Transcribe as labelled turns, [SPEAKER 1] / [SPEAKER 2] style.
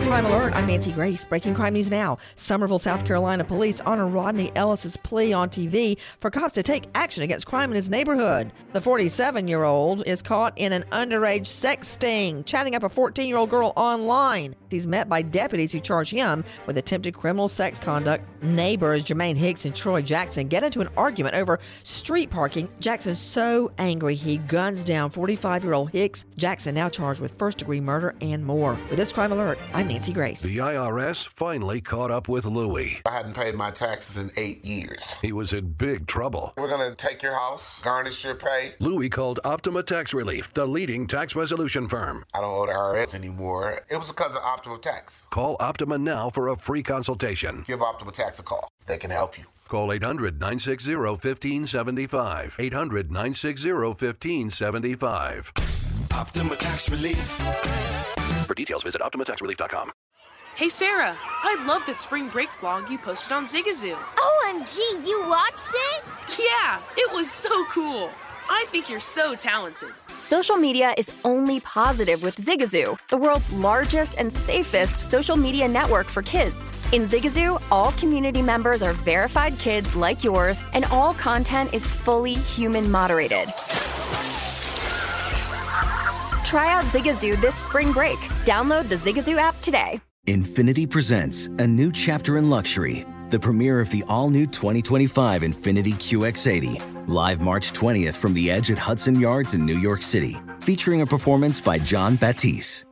[SPEAKER 1] Crime Alert, I'm Nancy Grace. Breaking crime news now. Somerville, South Carolina police honor Rodney Ellis's plea on TV for cops to take action against crime in his neighborhood. The 47 year old is caught in an underage sex sting, chatting up a 14 year old girl online. He's met by deputies who charge him with attempted criminal sex conduct. Neighbors Jermaine Hicks and Troy Jackson get into an argument over street parking. Jackson's so angry he guns down 45 year old Hicks. Jackson now charged with first degree murder and more. With this crime alert, I'm Nancy Grace.
[SPEAKER 2] The IRS finally caught up with Louie.
[SPEAKER 3] I hadn't paid my taxes in eight years.
[SPEAKER 2] He was in big trouble.
[SPEAKER 3] We're gonna take your house, garnish your pay.
[SPEAKER 2] Louie called Optima Tax Relief, the leading tax resolution firm.
[SPEAKER 3] I don't owe the IRS anymore. It was because of Optimal Tax.
[SPEAKER 2] Call Optima now for a free consultation.
[SPEAKER 3] Give Optimal Tax a call. They can help you.
[SPEAKER 2] Call 800 960 1575. 800 960 1575.
[SPEAKER 4] Optima Tax Relief.
[SPEAKER 2] For details, visit OptimaTaxRelief.com.
[SPEAKER 5] Hey, Sarah, I love that spring break vlog you posted on Zigazoo.
[SPEAKER 6] OMG, you watched it?
[SPEAKER 5] Yeah, it was so cool. I think you're so talented.
[SPEAKER 7] Social media is only positive with Zigazoo, the world's largest and safest social media network for kids. In Zigazoo, all community members are verified kids like yours, and all content is fully human moderated. Try out Zigazoo this spring break. Download the Zigazoo app today.
[SPEAKER 8] Infinity presents a new chapter in luxury, the premiere of the all new 2025 Infinity QX80, live March 20th from the edge at Hudson Yards in New York City, featuring a performance by John Batisse.